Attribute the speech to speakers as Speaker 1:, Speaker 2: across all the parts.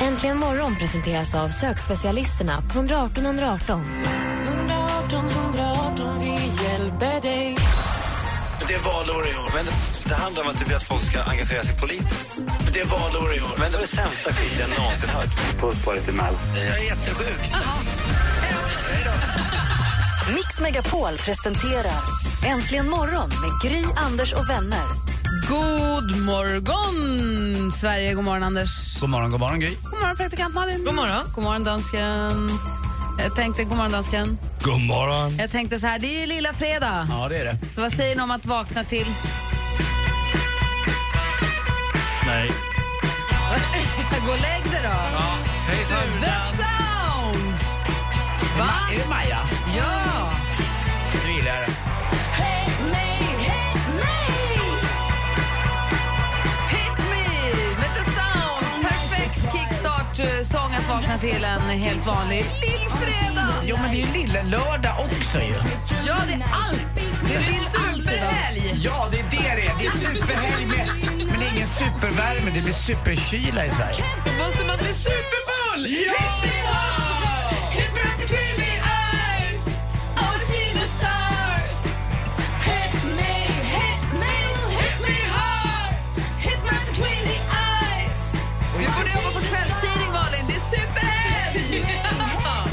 Speaker 1: Äntligen morgon presenteras av sökspecialisterna på 118 118.
Speaker 2: 118 118, vi hjälper dig.
Speaker 3: Det är valår i år. Men det, det handlar om att du vill att folk ska engagera sig politiskt. Det är valår i år. Men det var det sämsta skit jag någonsin hört.
Speaker 4: Puss på dig till Mel.
Speaker 3: Jag är jättesjuk.
Speaker 1: Mix Megapol presenterar Äntligen morgon med Gry, Anders och vänner.
Speaker 5: God morgon, Sverige. God morgon, Anders.
Speaker 6: God morgon, god morgon Gry.
Speaker 5: God morgon, praktikant Malin. God morgon. God morgon, dansken. Jag tänkte, god morgon, dansken.
Speaker 6: God morgon.
Speaker 5: Jag tänkte så här, det är ju lilla fredag.
Speaker 6: Ja, det är det.
Speaker 5: Så vad säger ni om att vakna till?
Speaker 6: Nej.
Speaker 5: Gå och lägg dig då.
Speaker 6: Ja. Hejsan.
Speaker 5: The Sounds! Va?
Speaker 6: Är det Maja?
Speaker 5: Ja!
Speaker 6: Nu gillar jag det.
Speaker 5: Hit me, hit me! Hit me med The Sounds. Perfekt kickstart-sång att vakna till en helt vanlig lillfredag.
Speaker 6: Jo, men det är ju lilla lördag också ju.
Speaker 5: Ja, det är allt! Det är vill allt idag.
Speaker 6: Ja, det är det det är. Det är superhelg med, men det är ingen supervärme. Det blir superkyla i Sverige.
Speaker 5: Måste man bli superfull?
Speaker 6: Ja!
Speaker 5: Du borde jobba på kvällstidning, Malin. Det är superhelg!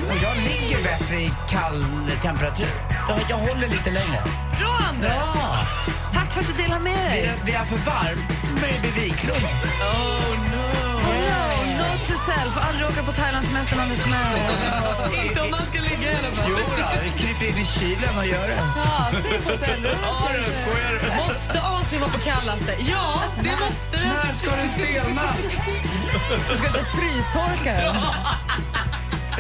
Speaker 6: Och jag ligger bättre i kall temperatur. Jag, jag håller lite längre.
Speaker 5: Bra, Anders!
Speaker 6: Ja.
Speaker 5: Tack för att du delar med dig.
Speaker 6: Blir- Blir jag för varm? Maybe viklund.
Speaker 5: Oh, note to self. Aldrig åka på Thailandssemestern om du ska med. Inte om man ska ligga i alla fall.
Speaker 6: Jo då, kryper in i kylen och gör det.
Speaker 5: Ja, säg hotellrum.
Speaker 6: Ja, du skojar du?
Speaker 5: Måste AC vara på kallaste? Ja, det måste det.
Speaker 6: När ska den stelna?
Speaker 5: Du ska inte frystorka den.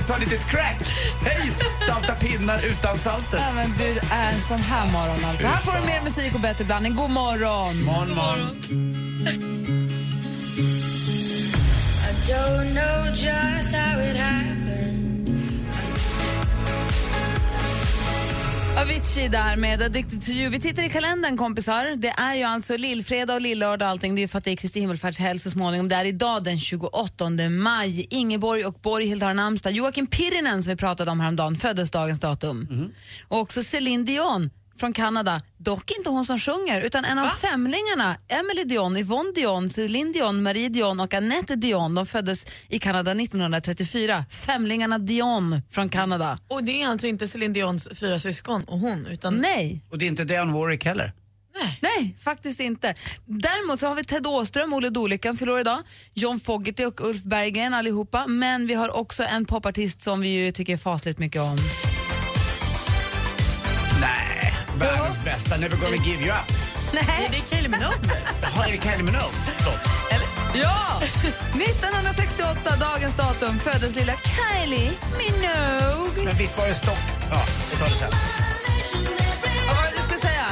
Speaker 6: Ta lite crack. Hej! Salta pinnar utan saltet.
Speaker 5: Ja, men du är en sån här morgon alltså. Här får du mer musik och bättre blandning. God morgon!
Speaker 6: Morgon, morgon.
Speaker 5: Avicii där med Addicted to you. Vi tittar i kalendern kompisar. Det är ju alltså lillfredag och lillördag och allting. Det är ju för att det är Kristi himmelfärdshelg så småningom. Det är idag den 28 maj. Ingeborg och Borghild har namnsdag. Joakim Pirinen som vi pratade om häromdagen föddes dagens datum. Och också Céline Dion från Kanada. Dock inte hon som sjunger utan en av femlingarna. Emily Dion, Yvonne Dion, Céline Dion, Marie Dion och Anette Dion. De föddes i Kanada 1934. Femlingarna Dion från Kanada.
Speaker 2: Och det är alltså inte Céline Dions fyra syskon och hon, utan...
Speaker 5: Nej,
Speaker 6: Och det är inte Dan Warwick heller.
Speaker 5: Nej, faktiskt inte. Däremot så har vi Ted Åström, Olle Dolyckan fyller år idag, John Fogerty och Ulf Berggren allihopa, men vi har också en popartist som vi ju tycker fasligt mycket om.
Speaker 6: Nej, världens bästa. Never gonna give you up.
Speaker 2: Är
Speaker 5: Nej.
Speaker 2: det Kylie Minogue?
Speaker 6: Jaha, är det Kylie Minogue? Förlåt.
Speaker 5: Ja! 1968, dagens datum, föddes lilla Kylie Minogue.
Speaker 6: Men visst var det stopp? Ja, vi tar det sen.
Speaker 5: Vad var det du skulle säga?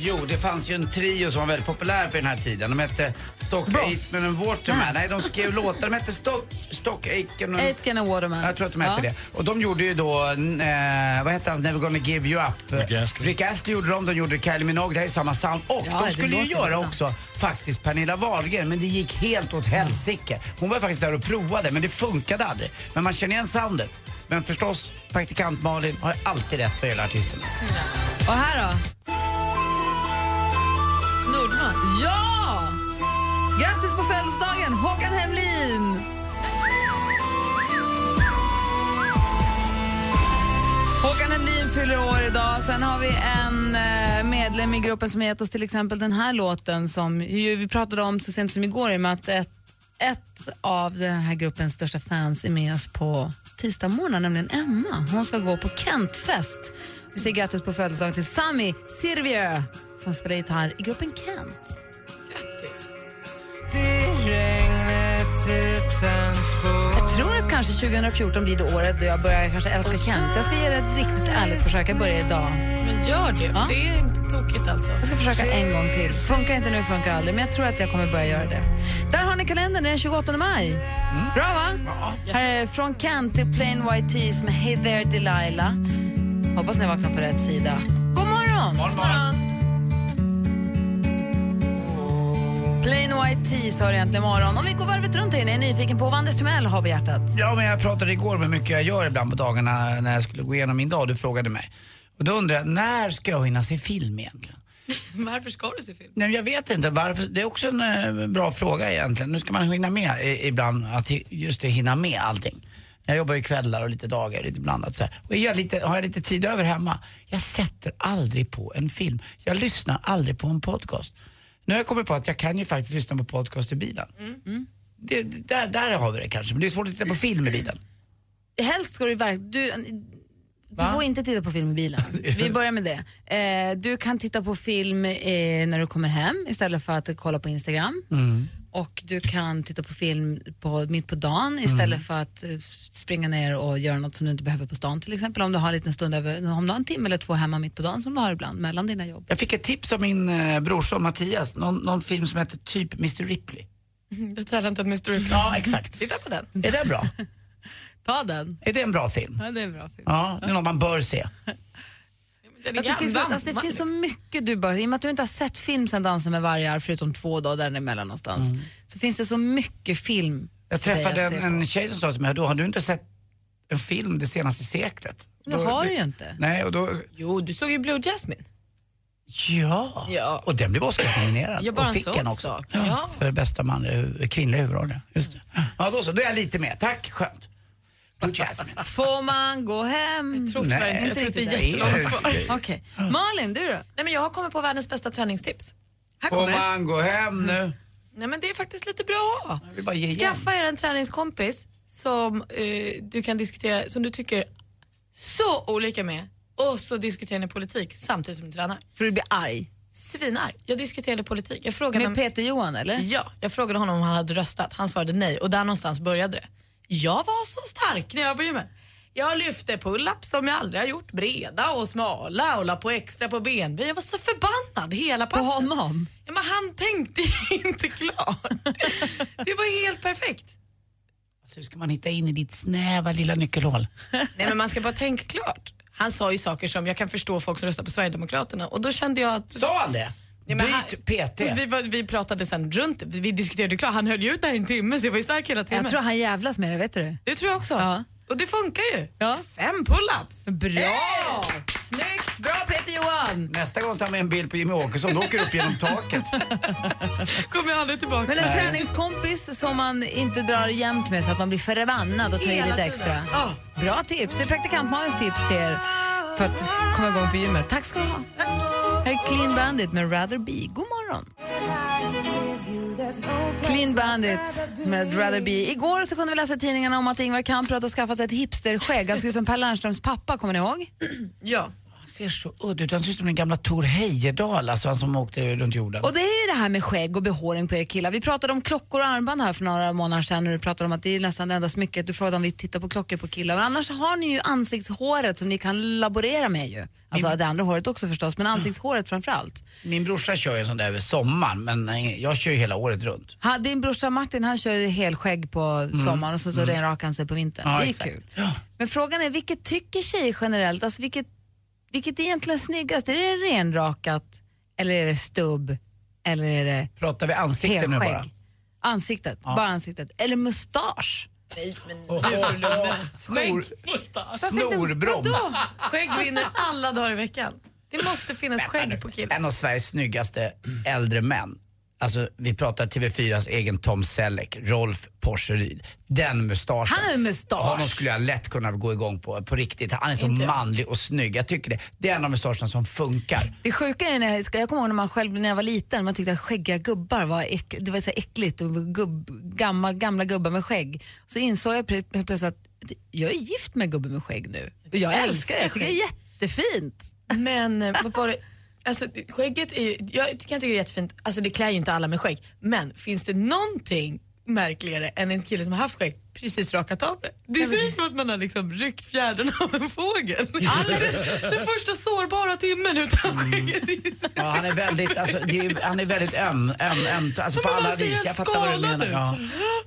Speaker 6: Jo, det fanns ju en trio som var väldigt populär på den här tiden. De hette Stock Aitken and Waterman. Nej, de skrev låtar. De hette Stock, Stock Aitken and...
Speaker 5: Aitken and Waterman.
Speaker 6: Jag tror att de hette
Speaker 5: Ja.
Speaker 6: det. Och de gjorde ju då, eh, vad hette han, Never gonna give you up. Rick Astley. gjorde de, de gjorde Kylie Minogue, det här är samma sound. Och
Speaker 5: Ja,
Speaker 6: de
Speaker 5: det
Speaker 6: skulle ju
Speaker 5: låter
Speaker 6: göra
Speaker 5: bra.
Speaker 6: också faktiskt Pernilla Wahlgren, men det gick helt åt helsike. Hon var faktiskt där och provade, men det funkade aldrig. Men man känner igen soundet. Men förstås, praktikant Malin har alltid rätt vad gäller artisterna.
Speaker 5: Och här då?
Speaker 2: Nordman?
Speaker 5: Ja! Grattis på födelsedagen, Håkan Hemlin! Håkan Hemlin fyller år idag. Sen har vi en eh, medlem i gruppen som har gett oss till exempel den här låten som ju vi pratade om så sent som igår i och med att ett, ett av den här gruppens största fans är med oss på tisdag morgon, nämligen Emma. Hon ska gå på Kentfest. Vi säger grattis på födelsedagen till Sami Sirviö som spelar gitarr i gruppen Kent.
Speaker 2: Grattis.
Speaker 5: Jag tror att kanske 2014 blir det året då jag börjar kanske älska Kent. Jag ska ge det ett riktigt ärligt försök. Jag börjar idag.
Speaker 2: Men gör det, för det är inte tokigt alltså.
Speaker 5: Jag ska försöka en gång till. Funkar inte nu funkar aldrig, men jag tror att jag kommer börja göra det. Där har ni kalendern, det är den 28 maj.
Speaker 2: Mm.
Speaker 5: Bra va? Här är Från Kent till Plain White Tees med Hey There Delilah. Hoppas ni vaknar på rätt sida. God morgon! Plain White Tees har egentligen morgon. Om vi går varvet runt här inne, är ni nyfiken på vad Anders Timell har på hjärtat?
Speaker 6: Ja, men jag pratade igår om hur mycket jag gör ibland på dagarna när jag skulle gå igenom min dag. Du frågade mig. Och då undrar jag, när ska jag hinna se film egentligen?
Speaker 2: Varför ska du se film?
Speaker 6: Nej, men jag vet inte varför. Det är också en eh, bra fråga egentligen. Nu ska man hinna med eh, ibland, att hi- just det, hinna med allting. Jag jobbar ju kvällar och lite dagar, lite blandat så här. Och är jag lite, har jag lite tid över hemma, jag sätter aldrig på en film. Jag lyssnar aldrig på en podcast. Nu har jag kommit på att jag kan ju faktiskt lyssna på podcast i bilen.
Speaker 2: Mm.
Speaker 6: Det, det- där, där har vi det kanske, men det är svårt att titta på film i bilen.
Speaker 5: Helst ska du verkligen... Du, du
Speaker 6: Va?
Speaker 5: får inte titta på film i bilen. Vi börjar med det. Eh, du kan titta på film eh, när du kommer hem istället för att kolla på Instagram. Och du kan titta på film på, mitt på dagen istället för att eh, springa ner och göra något som du inte behöver på stan till exempel. Om du har en liten stund över, om du har en timme eller två hemma mitt på dagen som du har ibland mellan dina jobb.
Speaker 6: Jag fick ett tips av min eh, brorson Mattias, någon, någon film som heter typ Mr Ripley.
Speaker 2: The Talented Mr. Ripley.
Speaker 6: Ja, exakt.
Speaker 2: Titta på den.
Speaker 6: Är den bra?
Speaker 5: Ta den.
Speaker 6: Är det en bra film?
Speaker 5: Ja, det är en bra film.
Speaker 6: Ja, det är något man bör se.
Speaker 2: Den är
Speaker 5: Alltså, det finns, så,
Speaker 2: gammal.
Speaker 5: alltså, det finns så mycket du bör, i och med att du inte har sett film sen Dansen med vargar förutom två dagar däremellan någonstans, så finns det så mycket film
Speaker 6: Jag
Speaker 5: för dig
Speaker 6: träffade
Speaker 5: att se
Speaker 6: en,
Speaker 5: på.
Speaker 6: en tjej som sa till mig, då har du inte sett en film det senaste seklet?
Speaker 5: Nu
Speaker 6: Då-
Speaker 5: har du ju inte.
Speaker 6: Nej, och då...
Speaker 2: Jo, du såg ju Blue Jasmine.
Speaker 6: Ja!
Speaker 2: Ja.
Speaker 6: Och den blev Oscarsnominerad.
Speaker 2: Jag bara
Speaker 6: och
Speaker 2: en
Speaker 6: fick
Speaker 2: sån
Speaker 6: den också.
Speaker 2: sak. Ja. Mm.
Speaker 6: För bästa manliga, hu- kvinnliga huvudrollen. Just det. Ja, då så. Då är jag lite med. Tack, skönt. Blue Jasmine.
Speaker 5: Får man gå hem?
Speaker 2: Tror
Speaker 6: Nej,
Speaker 2: tyvärr inte.
Speaker 6: inte
Speaker 2: Jag tror att det är
Speaker 6: riktigt.
Speaker 2: jättelångt kvar.
Speaker 6: Nej.
Speaker 5: Okej. Malin, du då?
Speaker 2: Nej, men jag har kommit på världens bästa träningstips. Här
Speaker 6: Får
Speaker 2: kommer det. Mm.
Speaker 6: man gå hem nu?
Speaker 2: Nej, men det är faktiskt lite bra.
Speaker 6: vill bara ge igen.
Speaker 2: Skaffa er en träningskompis som eh, du kan diskutera, som du tycker så olika med och så diskuterar ni politik samtidigt som ni tränar.
Speaker 5: För du blir arg.
Speaker 2: Svinar. Jag diskuterade politik. Jag frågade
Speaker 5: Med
Speaker 2: om-
Speaker 5: Peter Johan, eller?
Speaker 2: Ja, jag frågade honom om han hade röstat. Han svarade nej och där någonstans började det. Jag var så stark när jag var på gymmet. Jag lyfte pull-up som jag aldrig har gjort, breda och smala och la på extra på benben. Jag var så förbannad hela
Speaker 5: På
Speaker 2: passet.
Speaker 5: honom?
Speaker 2: Ja, men han tänkte ju inte klart. Det var helt perfekt.
Speaker 6: Alltså, hur ska man hitta in i ditt snäva lilla nyckelhål?
Speaker 2: Nej men man ska bara tänka klart. Han sa ju saker som, jag kan förstå folk som röstar på Sverigedemokraterna och då kände jag att
Speaker 6: Sa han det?
Speaker 2: Ja, men han-
Speaker 6: Byt PT.
Speaker 2: Vi, var- vi pratade sen runt vi, vi diskuterade klart, han höll ju ut där i en timme så jag var ju stark hela timmen.
Speaker 5: Jag tror han jävlas med det, vet du det?
Speaker 2: Det tror jag också.
Speaker 5: Ja.
Speaker 2: Och det funkar ju.
Speaker 5: Ja.
Speaker 2: Fem pull-ups.
Speaker 5: Bra! Snyggt! Bra Peter Johan!
Speaker 6: Nästa gång tar med en bild på Jimmy Åkesson, då åker upp genom taket.
Speaker 2: Kommer jag aldrig tillbaka.
Speaker 5: Men en träningskompis som man inte drar jämt med så att man blir förbannad och tar i
Speaker 2: Hela
Speaker 5: lite
Speaker 2: tiden.
Speaker 5: extra.
Speaker 2: Ja.
Speaker 5: Bra tips! Det är praktikant Malins tips till er för att komma igång på gymmet. Tack ska du ha. Här är Clean Bandit med Rather Be. God morgon! Clean Bandit med Rather Be. Igår så kunde vi läsa i tidningarna om att Ingvar Kamprad har skaffat sig ett hipsterskägg. Han ser ut som Per Lernströms pappa, kommer ni ihåg?
Speaker 2: Ja.
Speaker 6: Han ser så udd ut. Han ser ut som den gamla Tor Heyerdahl, alltså han som åkte runt jorden.
Speaker 5: Och det är ju det här med skägg och behåring på er killar. Vi pratade om klockor och armband här för några månader sedan och du pratade om att det är nästan det enda smycket. Du frågade om vi tittar på klockor på killar. Men annars har ni ju ansiktshåret som ni kan laborera med ju. Alltså
Speaker 6: Mm.
Speaker 5: det andra håret också förstås, men ansiktshåret framför allt.
Speaker 6: Min brorsa kör ju en sån där över sommaren, men eh, jag kör ju hela året runt.
Speaker 5: Ha, din brorsa Martin han kör ju helskägg på sommaren och så, så renrakar han sig på vintern.
Speaker 6: Mm. Ja,
Speaker 5: det är ju
Speaker 6: exakt.
Speaker 5: kul.
Speaker 6: Ja.
Speaker 5: Men frågan är, vilket tycker tjejer generellt? Alltså vilket, vilket är egentligen snyggast? Är det renrakat eller är det stubb? Eller är det
Speaker 6: Pratar vi ansikte nu bara?
Speaker 5: Helskägg. Ansiktet, bara ansiktet. Eller mustasch.
Speaker 6: Snor,
Speaker 5: inte-
Speaker 6: snorbroms.
Speaker 5: vadå?
Speaker 2: Skägg vinner alla dagar i veckan. Det måste finnas skägg på killar.
Speaker 6: En av Sveriges snyggaste äldre män. Alltså vi pratar TV4s egen Tom Selleck, Rolf Porseryd. Den mustaschen.
Speaker 5: Han har ju mustasch.
Speaker 6: Honom skulle jag lätt kunna gå igång på, på riktigt. Han är så
Speaker 2: Inte jag.
Speaker 6: manlig och snygg. Jag tycker det. Det är en av mustascherna som funkar.
Speaker 5: Det sjuka är när jag, ska- jag kommer ihåg när man själv när jag var liten, man tyckte att skäggiga gubbar var, äck, det var så här äckligt och gubb, gamla, gamla gubbar med skägg. Så insåg jag pre- helt plötsligt att jag är gift med gubben med skägg nu. Och jag
Speaker 2: Jag
Speaker 5: älskar det, jag
Speaker 2: älskar
Speaker 5: tycker det är jättefint.
Speaker 2: Men eh, vad var det? Alltså, skägget är ju, jag kan tycka det är jättefint, alltså det klär ju inte alla med skägg, men finns det någonting märkligare än en kille som har haft skägg precis rakat av det. Det ser ut som att man har liksom ryckt fjädern av en fågel. Den första sårbara timmen
Speaker 7: Mm.
Speaker 2: utan skägget i sig.
Speaker 6: Ja, han är väldigt, alltså, det är, han är väldigt öm, öm, öm alltså, på
Speaker 2: Men han
Speaker 6: alla
Speaker 2: ser
Speaker 6: vis.
Speaker 2: helt
Speaker 6: Jag fattar vad du
Speaker 2: skalad
Speaker 6: menar.
Speaker 2: ut.
Speaker 6: Ja.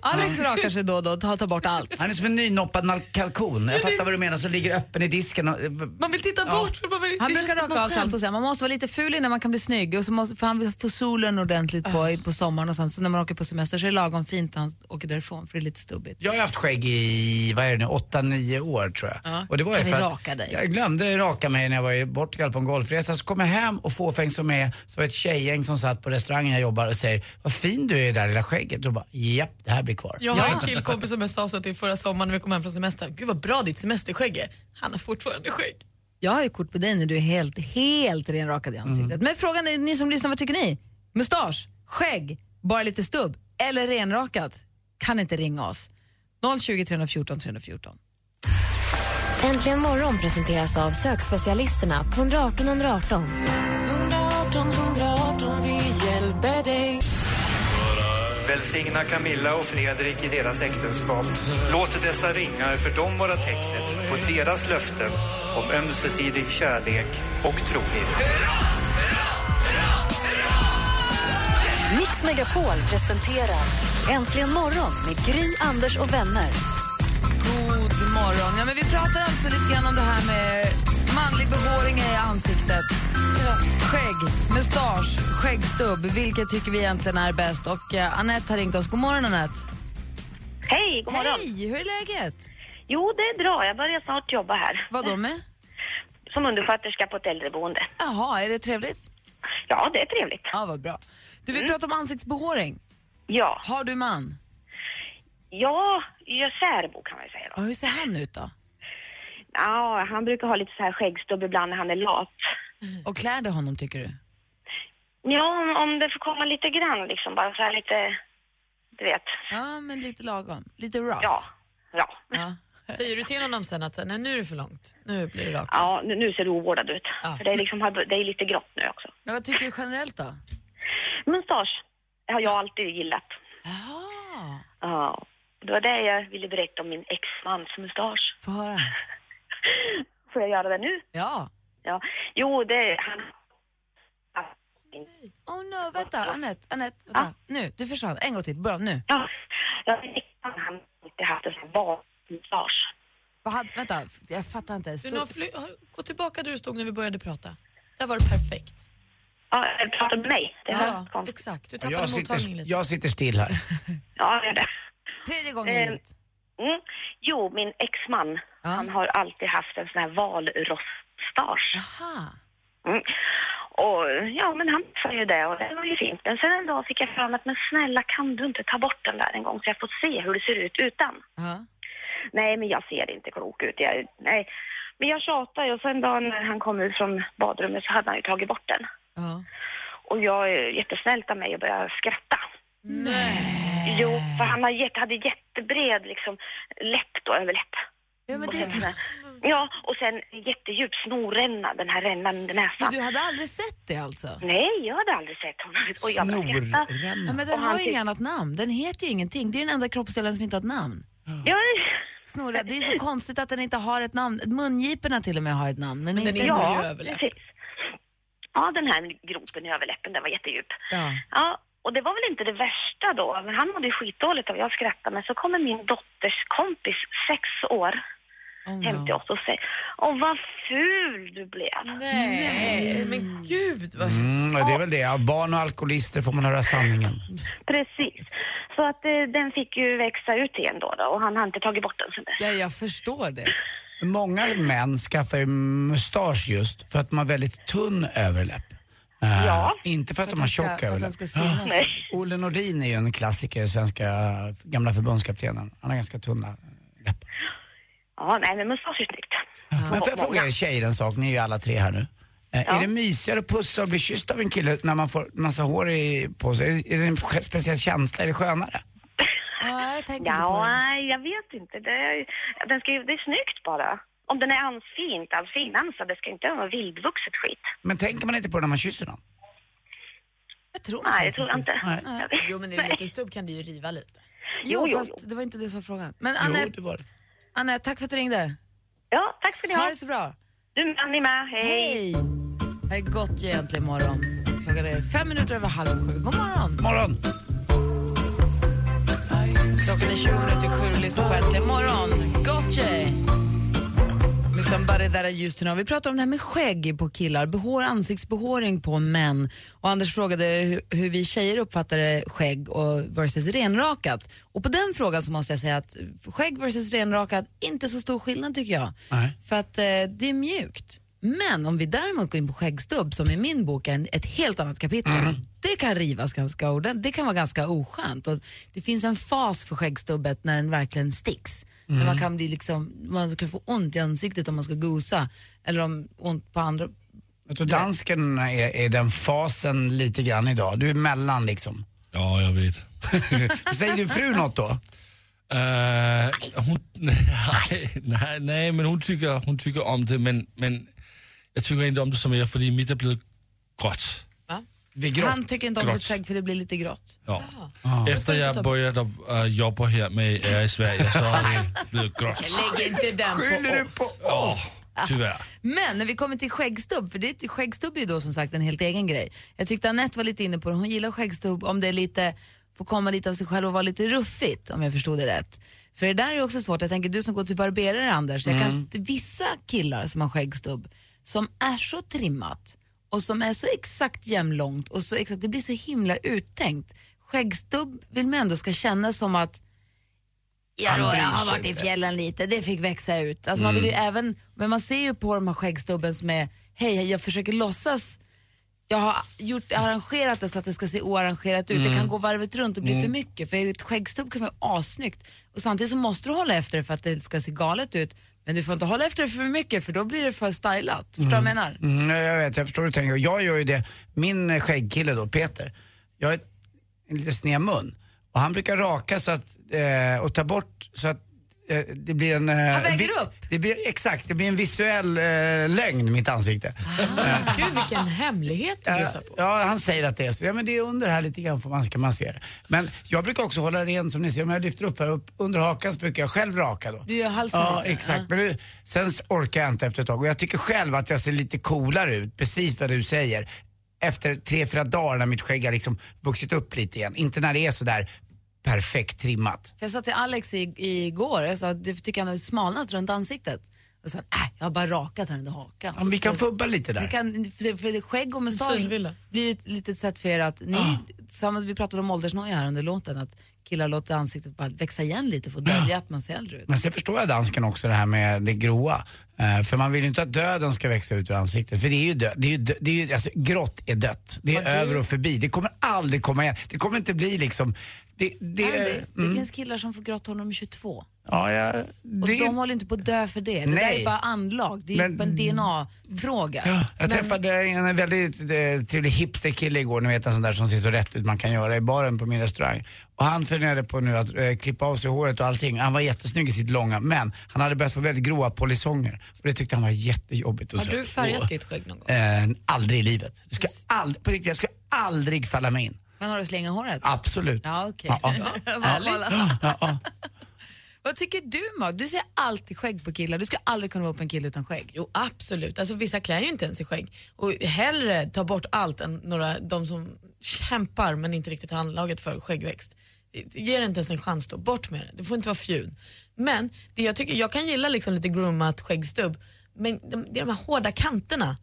Speaker 5: Alex rakar sig då och då, tar, tar bort allt.
Speaker 6: Han är som en nynoppad nal- kalkon. Jag fattar vad du menar, som ligger öppen i disken. Och, eh,
Speaker 2: Man vill titta bort. För man vill,
Speaker 5: Han
Speaker 2: det känns
Speaker 5: brukar
Speaker 2: som att
Speaker 5: raka
Speaker 2: man
Speaker 5: av sig allt och
Speaker 2: skäms.
Speaker 5: säga man måste vara lite ful innan man kan bli snygg. Och så måste, för han vill få solen ordentligt på, på sommaren och sen så när man åker på semester så är det lagom fint när han åker därifrån för det är lite stubbigt.
Speaker 6: jag har haft skägg i, vad är det nu, 8-9 år tror jag.
Speaker 5: Ja.
Speaker 6: Och det var ju
Speaker 5: Kan vi
Speaker 6: för att
Speaker 5: raka dig?
Speaker 6: Jag glömde raka mig när jag var i Portugal på en golfresa. Så kom jag hem och fåfäng som är, så var det ett tjejgäng som satt på restaurangen jag jobbar och säger Vad fin du är i det där lilla skägget. Och bara, japp, det här blir kvar.
Speaker 2: Jag har en killkompis som jag sa så till förra sommaren när vi kom hem från semestern. Gud vad bra ditt semesterskägg är. Han har fortfarande skägg.
Speaker 5: Jag har ju kort på dig när du är helt, helt renrakad i ansiktet. Men frågan är, ni som lyssnar, vad tycker ni? Mustasch, skägg, bara lite stubb eller renrakat? Kan inte ringa oss. 020 314 314.
Speaker 1: Äntligen morgon presenteras av sökspecialisterna på 118 118.
Speaker 4: Välsigna Camilla och Fredrik i deras äktenskap. Låt dessa ringar för dem vara tecknet på deras löften om ömsesidig kärlek och trohet.
Speaker 1: Mix Megapol presenterar Äntligen morgon med Gry, Anders och vänner.
Speaker 5: God morgon. Ja, men vi pratar alltså lite grann om det här med manlig behåring i ansiktet. Skägg, mustasch, skäggstubb. Vilket tycker vi egentligen är bäst? Och eh, Anette har ringt oss. God morgon, Anette.
Speaker 8: Hej, god morgon.
Speaker 5: Hej, hur är läget?
Speaker 8: Jo, det är bra. Jag börjar snart jobba här
Speaker 5: Vad då med?
Speaker 8: som undersköterska på ett äldreboende.
Speaker 5: Jaha, är det trevligt?
Speaker 8: Ja, det är trevligt.
Speaker 5: Ja, vad bra. Du, vi pratar om ansiktsbehåring.
Speaker 8: Ja,
Speaker 5: Har du man?
Speaker 8: ja, jag är särbo kan man ju säga då.
Speaker 5: Ja, hur ser han ut då?
Speaker 8: Ja, han brukar ha lite så här skäggstubb ibland när han är lat.
Speaker 5: Och klär du honom, tycker du?
Speaker 8: Ja, om, om det får komma lite grann liksom, bara så här lite, du vet.
Speaker 5: Ja, men lite lagom. Lite rough.
Speaker 8: Ja, ja.
Speaker 5: Ja.
Speaker 2: Säger du till honom sen att nej, nu är det för långt, nu blir det rakt?
Speaker 8: Ja, nu, nu ser det ovårdad ut.
Speaker 2: Ja.
Speaker 8: För det är liksom, det är lite grått nu också.
Speaker 5: Men vad tycker du generellt då?
Speaker 8: Mustasch har jag alltid gillat.
Speaker 5: Jaha,
Speaker 8: Ja, det var det jag ville berätta om min exmans mustasch.
Speaker 5: få höra.
Speaker 8: Får jag göra det nu?
Speaker 5: Ja.
Speaker 8: Ja. Jo, det han...
Speaker 5: Oh no, vänta, Anette, Anette, vänta. Nu, du försvann. En gång till, bra, nu.
Speaker 8: Ja, jag vet inte han inte haft en sån barnmustasch.
Speaker 5: Vad hade, vänta, jag fattar inte.
Speaker 2: Du,
Speaker 5: Stå,
Speaker 2: nu har fly- har- gå tillbaka där du stod när vi började prata. Där var det perfekt.
Speaker 8: Ja, jag pratar med mig. Det var
Speaker 2: Ja,
Speaker 8: konstigt.
Speaker 2: exakt. Du
Speaker 6: jag,
Speaker 2: tappade mottagningen
Speaker 6: sitter,
Speaker 2: lite.
Speaker 6: jag sitter still här.
Speaker 8: Ja, det är det.
Speaker 5: tredje gången
Speaker 8: Eh,
Speaker 5: gillt.
Speaker 8: Mm. Jo, min exman,
Speaker 5: Ja.
Speaker 8: han har alltid haft en sån här valrossmustasch.
Speaker 5: Aha.
Speaker 8: Mm. Och ja, men han sa ju det och det var ju fint. Men sen en dag fick jag fram att, men snälla kan du inte ta bort den där en gång så jag får se hur det ser ut utan?
Speaker 5: Ja.
Speaker 8: Nej, men jag ser inte klok ut. Jag, nej. Men jag tjatade ju och sen dagen när han kom ut från badrummet så hade han ju tagit bort den.
Speaker 5: ja.
Speaker 8: Och jag är jättesnällt av mig och började skratta. Nej. Jo, för han har jätte, hade jättebred liksom läpp då, överläpp.
Speaker 5: ja men,
Speaker 8: Och sen,
Speaker 5: det,
Speaker 8: ja, och sen en jättedjup snorränna, den här rännan under
Speaker 5: men
Speaker 8: näsan.
Speaker 5: du hade aldrig sett det alltså?
Speaker 8: Nej, jag hade aldrig sett honom. Och jag började skratta.
Speaker 5: Ja,
Speaker 6: Snorränna.
Speaker 5: men den
Speaker 8: Och
Speaker 5: har
Speaker 8: han
Speaker 5: ju inget
Speaker 8: tyck-
Speaker 5: annat namn. Den heter ju ingenting. Det är den enda kroppsdelen som inte har ett namn.
Speaker 8: Ja,
Speaker 5: Snorra, det är så konstigt att den inte har ett namn. Mungiporna till och med har ett namn. Men,
Speaker 2: Men den
Speaker 5: inte...
Speaker 2: är ju
Speaker 8: ja,
Speaker 2: överläpp.
Speaker 8: precis. Ja, den här gropen i överläppen, den var jättedjup.
Speaker 5: Ja.
Speaker 8: Ja, och det var väl inte det värsta då. Men han mådde ju skitdåligt och jag skrattade. Men så kommer min dotters kompis, sex år,
Speaker 5: Oh, no.
Speaker 8: hem till oss och säger Åh, vad ful du blev.
Speaker 2: Nej, men gud vad
Speaker 6: Mm, och det är väl det, av barn och alkoholister får man höra sanningen.
Speaker 8: Precis. Så att eh, den fick ju växa ut igen då, då och han har inte tagit bort den sen dess.
Speaker 5: Ja, jag förstår det.
Speaker 6: Många män skaffar ju mustasch just för att de har väldigt tunn överläpp. Eh,
Speaker 8: Ja.
Speaker 6: Inte för att de
Speaker 5: den
Speaker 6: har
Speaker 5: ska-
Speaker 6: tjock
Speaker 5: för att den
Speaker 6: överläpp.
Speaker 5: ska synas.
Speaker 8: Nej.
Speaker 6: Olle Nordin är ju en klassiker, svenska gamla förbundskaptenen. Han har ganska tunna läppar.
Speaker 8: Ja, nej, men mustasch är snyggt.
Speaker 6: Men får jag fråga er tjejer en sak, ni är ju alla tre här nu. Eh, Är det mysigare att pussa och bli kysst av en kille när man får massa hår i, på sig? Är det- Är det en sj- speciell känsla? Är det skönare?
Speaker 5: Ja, jag tänkte inte på
Speaker 8: Ja,
Speaker 5: det.
Speaker 8: nej, jag vet inte. Det är, den ska, ju- det är snyggt bara. Om den är ans, fint, all finansad, det ska inte vara vildvuxet skit.
Speaker 6: Men tänker man inte på det när man kysser någon?
Speaker 5: Jag tror
Speaker 8: Nej, det tror jag inte.
Speaker 6: Nej.
Speaker 8: Jag vet.
Speaker 2: Jo men är det lite stubb kan det ju riva lite.
Speaker 8: Jo, jo,
Speaker 5: fast
Speaker 8: jo.
Speaker 5: det var inte det som var frågan. Men
Speaker 6: Jo,
Speaker 5: Anette,
Speaker 6: det var det.
Speaker 5: Anette, tack för att du ringde.
Speaker 8: Ja, tack ska ni
Speaker 5: Ha
Speaker 8: ha.
Speaker 5: det så bra.
Speaker 8: Du med, ni med. Hej.
Speaker 5: Hej! Här är gott ju äntligen morgon. Klockan är fem minuter över halv sju. God morgon!
Speaker 6: Morgon.
Speaker 5: Klockan är 20 minuter i sju och lyssnar på Äntligen morgon. Gotje! Med Somebody That I Used To Know. Vi pratar om det här med skägg på killar, behår, ansiktsbehåring på män. Och Anders frågade hur, hur vi tjejer uppfattade skägg och versus renrakat. Och på den frågan så måste jag säga att skägg versus renrakat, inte så stor skillnad tycker jag.
Speaker 6: Nej.
Speaker 5: För att eh, det är mjukt. Men om vi däremot går in på skäggstubb, som i min bok är en- ett helt annat kapitel, det kan rivas ganska ordentligt. Det kan vara ganska oskönt. Och det finns en fas för skäggstubbet när den verkligen sticks. När man kan, bli liksom, man kan få ont i ansiktet om man ska gosa eller om ont på andra...
Speaker 6: Jag tror dansken är i den fasen lite grann idag. Du är mellan liksom.
Speaker 9: Ja, jag vet.
Speaker 6: Säger din fru något då?
Speaker 9: Eh, hon, nej, nej, nej, men hon tycker, hon tycker om det, men, men jag tycker inte om det som jag, för mitt är blivit grått.
Speaker 6: Det är grått.
Speaker 5: Han tycker inte om sitt
Speaker 9: Grått.
Speaker 5: skägg för det blir lite grått.
Speaker 9: Ja. Efter jag började äh, jobba här med er i Sverige så har det blivit grått.
Speaker 5: Alltså,
Speaker 2: Lägg inte den
Speaker 6: Skyller
Speaker 2: på
Speaker 6: du
Speaker 2: oss.
Speaker 6: på
Speaker 9: Ja,
Speaker 6: oss?
Speaker 9: tyvärr.
Speaker 5: Men när vi kommer till skäggstubb, för det, är- skäggstubb är ju då som sagt en helt egen grej. Jag tyckte Anette var lite inne på det, hon gillar skäggstubb om det är lite, får komma lite av sig själv och vara lite ruffigt om jag förstod det rätt. För det där är också svårt, jag tänker du som går till barberare Anders, jag
Speaker 2: Mm.
Speaker 5: kan, vissa killar som har skäggstubb som är så trimmat och som är så exakt jämnlångt och så exakt, det blir så himla uttänkt. Skäggstubb vill man ändå ska känna som att Ja, då, jag har varit i fjällen lite, det fick växa ut. Alltså man vill
Speaker 6: Mm.
Speaker 5: ju även, men man ser ju på de här skäggstubben som är, hej, jag försöker låtsas, jag har gjort, arrangerat det så att det ska se oarrangerat ut. Det
Speaker 6: Mm.
Speaker 5: kan gå varvet runt och bli för mycket, för ett skäggstubb kan vara assnyggt. Och samtidigt så måste du hålla efter det för att det ska se galet ut, men du får inte hålla efter det för mycket för då blir det för stylat. Förstår du vad jag menar?
Speaker 6: Mm, jag vet, jag förstår hur du tänker. Jag gör ju det, min eh, skäggkille då, Peter, jag har ett- en lite sned mun. Och han brukar raka så att, eh, och ta bort så att eh, det blir en... Eh, han
Speaker 5: väger upp.
Speaker 6: Det blir, exakt, det blir en visuell eh, lögn, mitt ansikte.
Speaker 5: Ah.
Speaker 2: Gud, vilken hemlighet du
Speaker 6: Ja,
Speaker 2: bjussar på.
Speaker 6: Eh, ja, han säger att det är så. Ja, men det är under här lite grann för man ska man se det. Men jag brukar också hålla rent som ni ser, om jag lyfter upp här upp under hakan så brukar jag själv raka då.
Speaker 5: Du gör halsen
Speaker 6: Ja,
Speaker 5: lite,
Speaker 6: exakt. Men nu, sen orkar jag inte efter ett tag och jag tycker själv att jag ser lite coolare ut, precis vad du säger. Efter tre, fyra dagar när mitt skägg har liksom vuxit upp lite igen. Inte när det är sådär perfekt trimmat.
Speaker 5: För jag sa till Alex i, igår, jag sa att du tycker han har smalnat runt ansiktet. Och sen, äh, jag har bara rakat här under hakan.
Speaker 6: Om vi kan
Speaker 5: Så-
Speaker 6: fubba lite
Speaker 5: Det
Speaker 6: där.
Speaker 5: kan, för för skägg och mustasch
Speaker 2: Synvilla.
Speaker 5: blir ett litet sätt för er att, ni,
Speaker 6: Ah.
Speaker 5: tillsammans, vi pratade om åldersnoja här under låten, att killar låter ansiktet bara växa igen lite för att dölja att man ser äldre ut.
Speaker 6: Men sen förstår jag dansken också det här med det gråa. Eh, för man vill ju inte att döden ska växa ut ur ansiktet. För det är ju dött. Det är ju dö- det är ju, alltså, grått är dött. Det
Speaker 5: Men
Speaker 6: är
Speaker 5: du-
Speaker 6: över och förbi. Det kommer aldrig komma igen. Det kommer inte bli liksom... Det, det,
Speaker 5: Andy, det
Speaker 6: mm,
Speaker 5: finns killar som får grått hår när de är 22. Och
Speaker 6: ja, ja, det,
Speaker 5: de håller inte på att dö för det. Det där
Speaker 6: Nej.
Speaker 5: är bara anlag, det är
Speaker 6: Men-
Speaker 5: bara en DNA-fråga.
Speaker 6: Ja, jag
Speaker 5: Men-
Speaker 6: träffade en väldigt eh, trevlig hipsterkille igår, ni vet en sån där som ser så rätt ut man kan göra i baren på min restaurang. Och han funderade på nu att eh, klippa av sig håret och allting. Han var jättesnygg i sitt långa, men han hade börjat få väldigt gråa polisonger. Och det tyckte han var jättejobbigt. Och
Speaker 2: Har du färgat ditt skägg någon gång?
Speaker 6: Eh, aldrig i livet. Det ska ald- på riktigt, jag ska aldrig falla mig in.
Speaker 5: Men har du slänga håret?
Speaker 6: Absolut.
Speaker 5: Ja, okej.
Speaker 6: Ja,
Speaker 5: Ärligt.
Speaker 6: Ja, ja.
Speaker 5: Vad tycker du Mag? Du ser alltid skägg på killar. Du ska aldrig kunna vara på en kille utan skägg.
Speaker 2: Jo, absolut. Alltså, vissa klär ju inte ens i skägg. Och hellre ta bort allt än några, de som kämpar men inte riktigt har anlaget för skäggväxt. Ge det inte ens en chans då. Bort med det. Det får inte vara fjun. Men det jag, tycker, jag kan gilla liksom lite groomat skäggstubb, men de- det är de här hårda kanterna.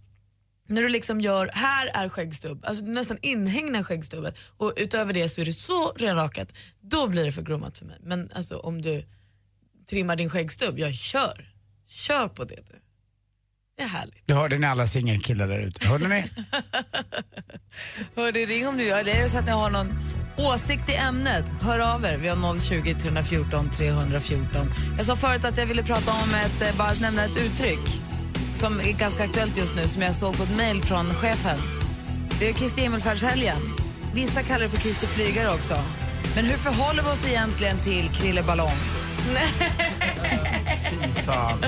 Speaker 2: När du liksom gör, här är skäggstubb, alltså du nästan inhägnar skäggstubben och utöver det så är det så renrakat, då blir det för groomat för mig. Men alltså om du trimmar din skäggstubb, jag kör. Kör på det du. Det är härligt.
Speaker 6: Du hörde ni alla singelkillar där ute. Hörde ni?
Speaker 5: Hörde, ring om du gör det. Är det så att ni har någon åsikt i ämnet, hör av er. Vi har 020 314 314. Jag sa förut att jag ville prata om ett, eh, bara att nämna ett uttryck som är ganska aktuellt just nu, som jag såg på ett mejl från chefen. Det är Kristi himmelfärdshelgen. Vissa kallar det för Kristi flygare också. Men hur förhåller vi oss egentligen till Krille Ballong?
Speaker 6: Fan.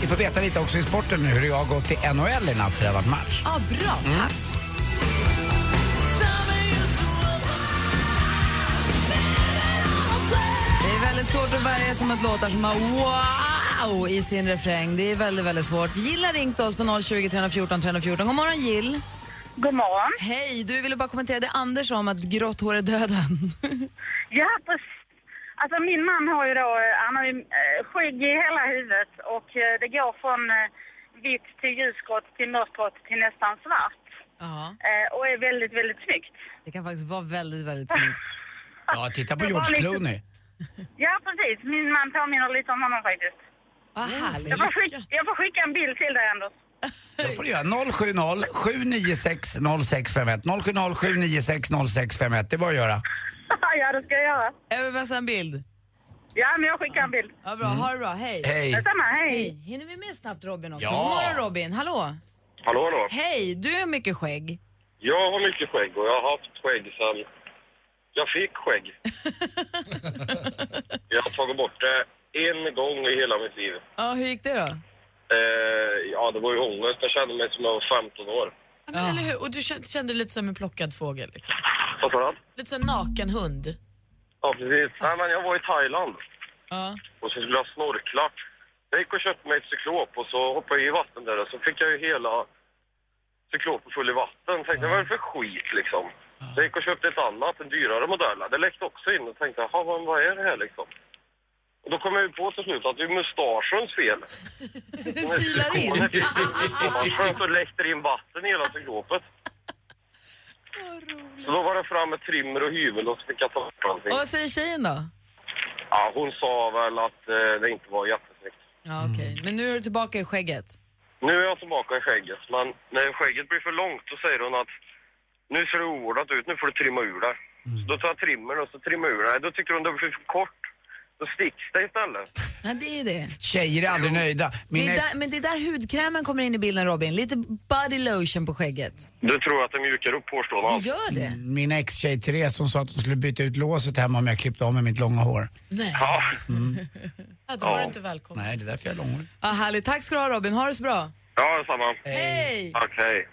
Speaker 6: Vi får veta lite också i sporten nu hur det har gått i NHL i natt för det har varit match.
Speaker 5: Ah, bra, tack! väldigt svårt att värja sig mot låtar som har wow i sin refräng. Det är väldigt, väldigt svårt. Jill har ringt oss på 020 314 314. God morgon Jill.
Speaker 10: God morgon.
Speaker 5: Hej, du ville bara kommentera det Anders sa om att grått hår är döden.
Speaker 10: Ja, precis. Alltså min man har ju då, eh, han har ju eh, skägg i hela huvudet och eh, det går från eh, vitt till ljusgrått till mörkgrått till nästan svart.
Speaker 5: Ja.
Speaker 10: Eh, och är väldigt, väldigt snyggt.
Speaker 5: Det kan faktiskt vara väldigt, väldigt snyggt.
Speaker 6: Ja, titta på George Clooney.
Speaker 10: Ja, precis. Min man påminner lite om honom faktiskt.
Speaker 5: Vad härligt.
Speaker 10: Jag får, skicka, jag får skicka en bild till dig, Anders.
Speaker 6: Det får du göra. 070 796 0651. 070 796 0651. Det är bara att göra.
Speaker 10: ja, det ska jag göra.
Speaker 5: Jag vill bara se en bild.
Speaker 10: Ja, men jag skickar en bild.
Speaker 5: Ja, bra. Ha det bra. Hej.
Speaker 6: Hej.
Speaker 10: Detsamma, hej.
Speaker 5: Hinner vi med snabbt Robin också?
Speaker 11: Ja.
Speaker 5: God morgon Robin. Hallå.
Speaker 11: Hallå, hallå.
Speaker 5: Hej, du har mycket skägg.
Speaker 11: Jag har mycket skägg och jag har haft skägg sedan jag fick skägg. jag har tagit bort det en gång i hela mitt liv.
Speaker 5: Ja, hur gick det då?
Speaker 11: Eh, ja, det var ju ångest. Jag kände mig som jag var 15 år.
Speaker 2: Ja, men eller hur? Och du kände, kände dig lite som en plockad fågel. Liksom.
Speaker 11: Vad sa han?
Speaker 2: Lite som en naken hund.
Speaker 11: Ja, precis. Nej, men jag var i Thailand
Speaker 2: Ja.
Speaker 11: och så skulle jag snorkla. Jag gick och köpte mig ett cyklop och så hoppade jag i vatten där och så fick jag ju hela cyklopen full i vatten. Tänkte, vad är det för skit liksom? Så jag gick och köpte ett annat, en dyrare modell. Det läckte också in och tänkte, jaha, vad vad är det här liksom? Och då kom jag ju på till slut att det är mustaschens fel.
Speaker 5: Silar in.
Speaker 11: Man sköt och läckte in vatten i hela cyklopet. Så då var det fram med trimmer och hyvel och så fick jag ta bort allting.
Speaker 5: Och vad säger tjejen då?
Speaker 11: Ja, hon sa väl att eh, det inte var jättesnyggt.
Speaker 5: Ja, okej. Men nu är du tillbaka i skägget.
Speaker 11: Nu är jag tillbaka i skägget, men när skägget blir för långt så säger hon att nu ser det oordat ut, nu får du trimma ur det. Så då tar jag trimmern och så trimmar jag ur det. Nej, Då tycker hon det blir för kort. Då sticks det istället.
Speaker 5: Ja, det är det.
Speaker 6: Tjejer är aldrig nöjda. Min
Speaker 5: det är
Speaker 6: ex-
Speaker 5: där, men det är där hudkrämen kommer in i bilden Robin. Lite body lotion på skägget.
Speaker 11: Du tror jag att det mjukar upp hårstråna.
Speaker 5: Det gör det.
Speaker 6: Min ex-tjej Therese hon sa att hon skulle byta ut låset hemma om jag klippte av mig mitt långa hår.
Speaker 2: Nej.
Speaker 11: Ja.
Speaker 2: Ja, då var
Speaker 6: Ja.
Speaker 2: du inte välkommen.
Speaker 6: Nej, det är därför jag har långhårig.
Speaker 5: Ja, härligt. Tack ska du ha Robin. Ha det så bra.
Speaker 11: Ja, detsamma.
Speaker 5: Hej.
Speaker 11: Tack, hej.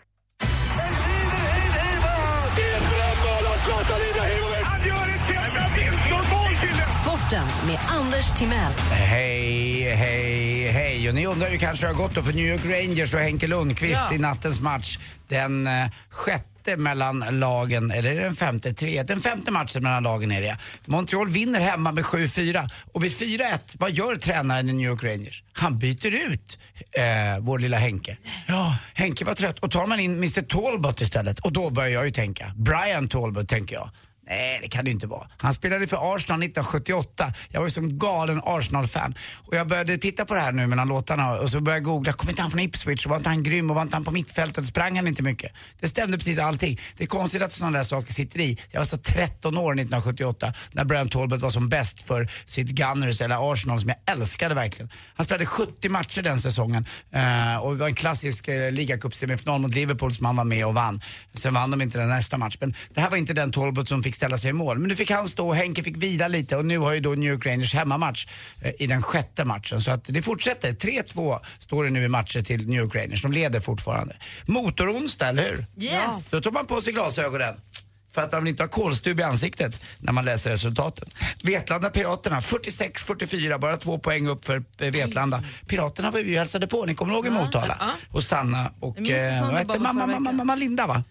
Speaker 1: Sporten med Anders Timell.
Speaker 6: Hej, hej, hej. Och ni undrar ju kanske hur det har gått då för New York Rangers och Henke Lundqvist
Speaker 12: Ja.
Speaker 6: i nattens match. Den eh, sjätte mellan lagen, eller är det den femte, tre, den femte matchen mellan lagen är det ja. Montreal vinner hemma med 7-4 och vid 4-1, vad gör tränaren i New York Rangers? Han byter ut eh, vår lilla Henke. Ja, Henke var trött och tar man in Mr Talbot istället och då börjar jag ju tänka, Brian Talbot tänker jag. Nej, det kan det ju inte vara. Han spelade för Arsenal 1978. Jag var ju sån galen Arsenal-fan. Och jag började titta på det här nu mellan låtarna och så började jag googla. Kom inte han från Ipswich? Och Var inte han grym? Och var inte han på mittfältet? Sprang han inte mycket? Det stämde precis allting. Det är konstigt att sådana där saker sitter i. Jag var så 13 år 1978 när Brian Talbot var som bäst för sitt Gunners eller Arsenal som jag älskade verkligen. Han spelade 70 matcher den säsongen eh, och det var en klassisk eh, ligacupsemifinal mot Liverpool som han var med och vann. Sen vann de inte den nästa match. Men det här var inte den Talbot som fick ställa sig i mål. Men nu fick han stå och Henke fick vila lite och nu har ju då New York Rangers hemmamatch eh, i den sjätte matchen. Så att det fortsätter. 3-2 står det nu i matcher till New York Rangers. De leder fortfarande. Motoronsdag, eller hur?
Speaker 5: Yes.
Speaker 6: Då tar man på sig glasögonen. För att man vill inte ha kolstub i ansiktet när man läser resultaten. Vetlanda Piraterna 46-44, bara två poäng upp för eh, Vetlanda. Piraterna var ju och hälsade på, ni kommer ihåg i Motala? Och Sanna och
Speaker 12: Jag minns det som
Speaker 6: eh,
Speaker 12: det
Speaker 6: vad
Speaker 12: var
Speaker 6: hette
Speaker 12: bara
Speaker 6: mamma,
Speaker 12: förra
Speaker 6: mamma, mamma Linda va?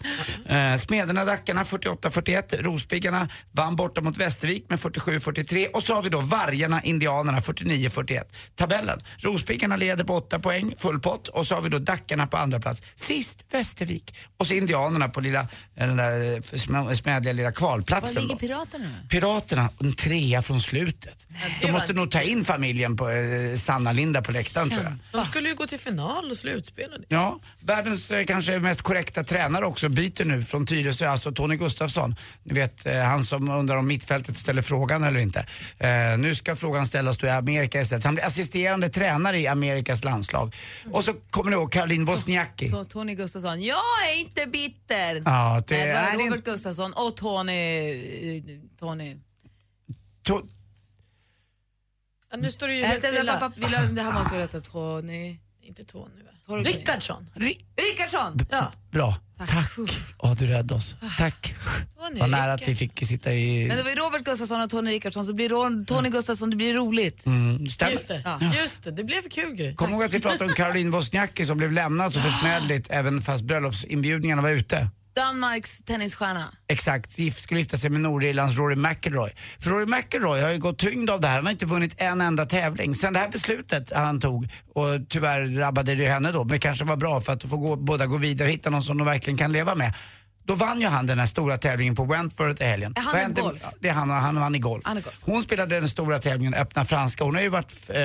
Speaker 6: Eh, Smederna Dackarna 48-41, Rospiggarna vann borta mot Västervik med 47-43 och så har vi då Vargarna Indianerna 49-41. Tabellen, Rospiggarna leder på 8 poäng, full pott och så har vi då Dackarna på andra plats, sist Västervik och så Indianerna på lilla, eh, den där eh, smä- smädliga lilla
Speaker 5: Var
Speaker 6: kvalplatsen
Speaker 5: ligger
Speaker 6: då.
Speaker 5: Piraterna då?
Speaker 6: Piraterna, en trea från slutet. De måste nog ta in familjen på eh, Sanna Linda på läktaren tror jag.
Speaker 2: De skulle ju gå till final och slutspel.
Speaker 6: Ja, världens eh, kanske mest korrekta tränare också byter nu från Tyresö, alltså Tony Gustafsson. Ni vet, eh, han som undrar om mittfältet ställer frågan eller inte. Eh, nu ska frågan ställas då i Amerika istället. Han blir assisterande tränare i Amerikas landslag. Och så kommer ni ihåg Caroline Wozniacki.
Speaker 5: Och Tony Gustafsson. Jag är inte bitter.
Speaker 6: Ja, Ah, det
Speaker 5: Nej, det
Speaker 6: är
Speaker 5: var
Speaker 6: det
Speaker 5: Robert Gustafsson och Tony... eh, Tony...
Speaker 6: To-
Speaker 2: Ja, nu står det ju
Speaker 5: Äh,
Speaker 2: helt
Speaker 5: det-
Speaker 2: stilla.
Speaker 5: pappa, vi la- Det här måste vi rätta. Tony...
Speaker 2: Inte två nu va? Rickardsson.
Speaker 5: Rickardsson!
Speaker 2: Ja.
Speaker 6: Bra. Tack. Ja, du räddade oss. Tack.
Speaker 5: Ah. Tony
Speaker 6: Vad nära att
Speaker 5: Rickard.
Speaker 6: vi fick sitta i...
Speaker 5: Men det var ju Robert Gustafsson och Tony Rickardsson, så blir Ro- Tony Gustafsson, det blir roligt.
Speaker 6: Mm, stämmer.
Speaker 5: Just det.
Speaker 2: Ja. Just det, det blev en kul grej.
Speaker 6: Kom ihåg att vi pratade om Caroline Wozniacki som blev lämnad så försmädligt även fast bröllopsinbjudningarna var ute.
Speaker 5: Danmarks tennisstjärna.
Speaker 6: Exakt, gift, skulle gifta sig med Nordirlands Rory McIlroy. För Rory McIlroy har ju gått tyngd av det här, han har inte vunnit en enda tävling. Sen det här beslutet han tog, och tyvärr drabbade det ju henne då, men det kanske var bra för att få gå, båda gå vidare och hitta någon som de verkligen kan leva med. Då vann ju han den här stora tävlingen på Wentworth i helgen.
Speaker 5: Är han
Speaker 6: Vad
Speaker 5: i
Speaker 6: hände-
Speaker 5: golf?
Speaker 6: Ja, Det är han, han vann i golf.
Speaker 5: Han är golf.
Speaker 6: Hon spelade den stora tävlingen Öppna Franska. Hon har ju varit eh,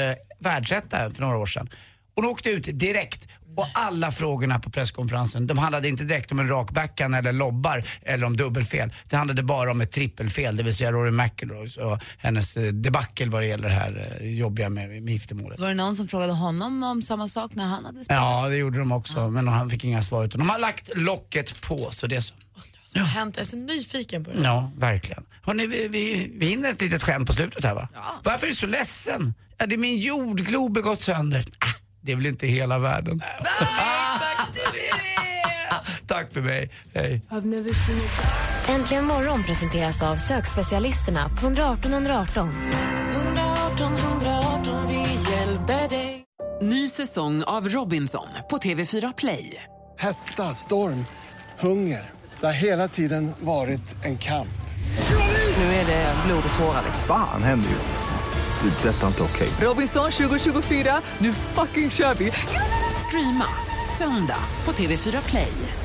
Speaker 6: världsetta för några år sedan. Hon åkte ut direkt och alla frågorna på presskonferensen, de handlade inte direkt om en rakbackan eller lobbar eller om dubbelfel. Det handlade bara om ett trippelfel, det vill säga Rory McIlroy och hennes eh, debacle vad det gäller det här eh, jobbiga med, med giftermålet.
Speaker 5: Var det någon som frågade honom om samma sak när han hade spelat?
Speaker 6: Ja, det gjorde de också, men han fick inga svar utan de har lagt locket på, så det är så.
Speaker 2: Som har hänt. Jag är så nyfiken på det.
Speaker 6: Ja, verkligen. Hörrni, vi, vi, vi hinner ett litet skämt på slutet här va? Varför är du så ledsen? Ja, det är min jordglob har gått sönder. Ah, det är väl inte hela världen. Tack för mig. Hej.
Speaker 1: Äntligen morgon presenteras av sökspecialisterna på 118 118.
Speaker 7: 118 118, vi hjälper dig. Ny säsong av Robinson på TV4 Play.
Speaker 13: Hetta, storm, hunger. Det har hela tiden varit en kamp.
Speaker 7: Nu är det blod och tårar. liksom.
Speaker 14: Fan händer just det. Det är detta inte okej.
Speaker 7: Robinson 2024, nu fucking kör vi! Streama söndag på TV4 Play.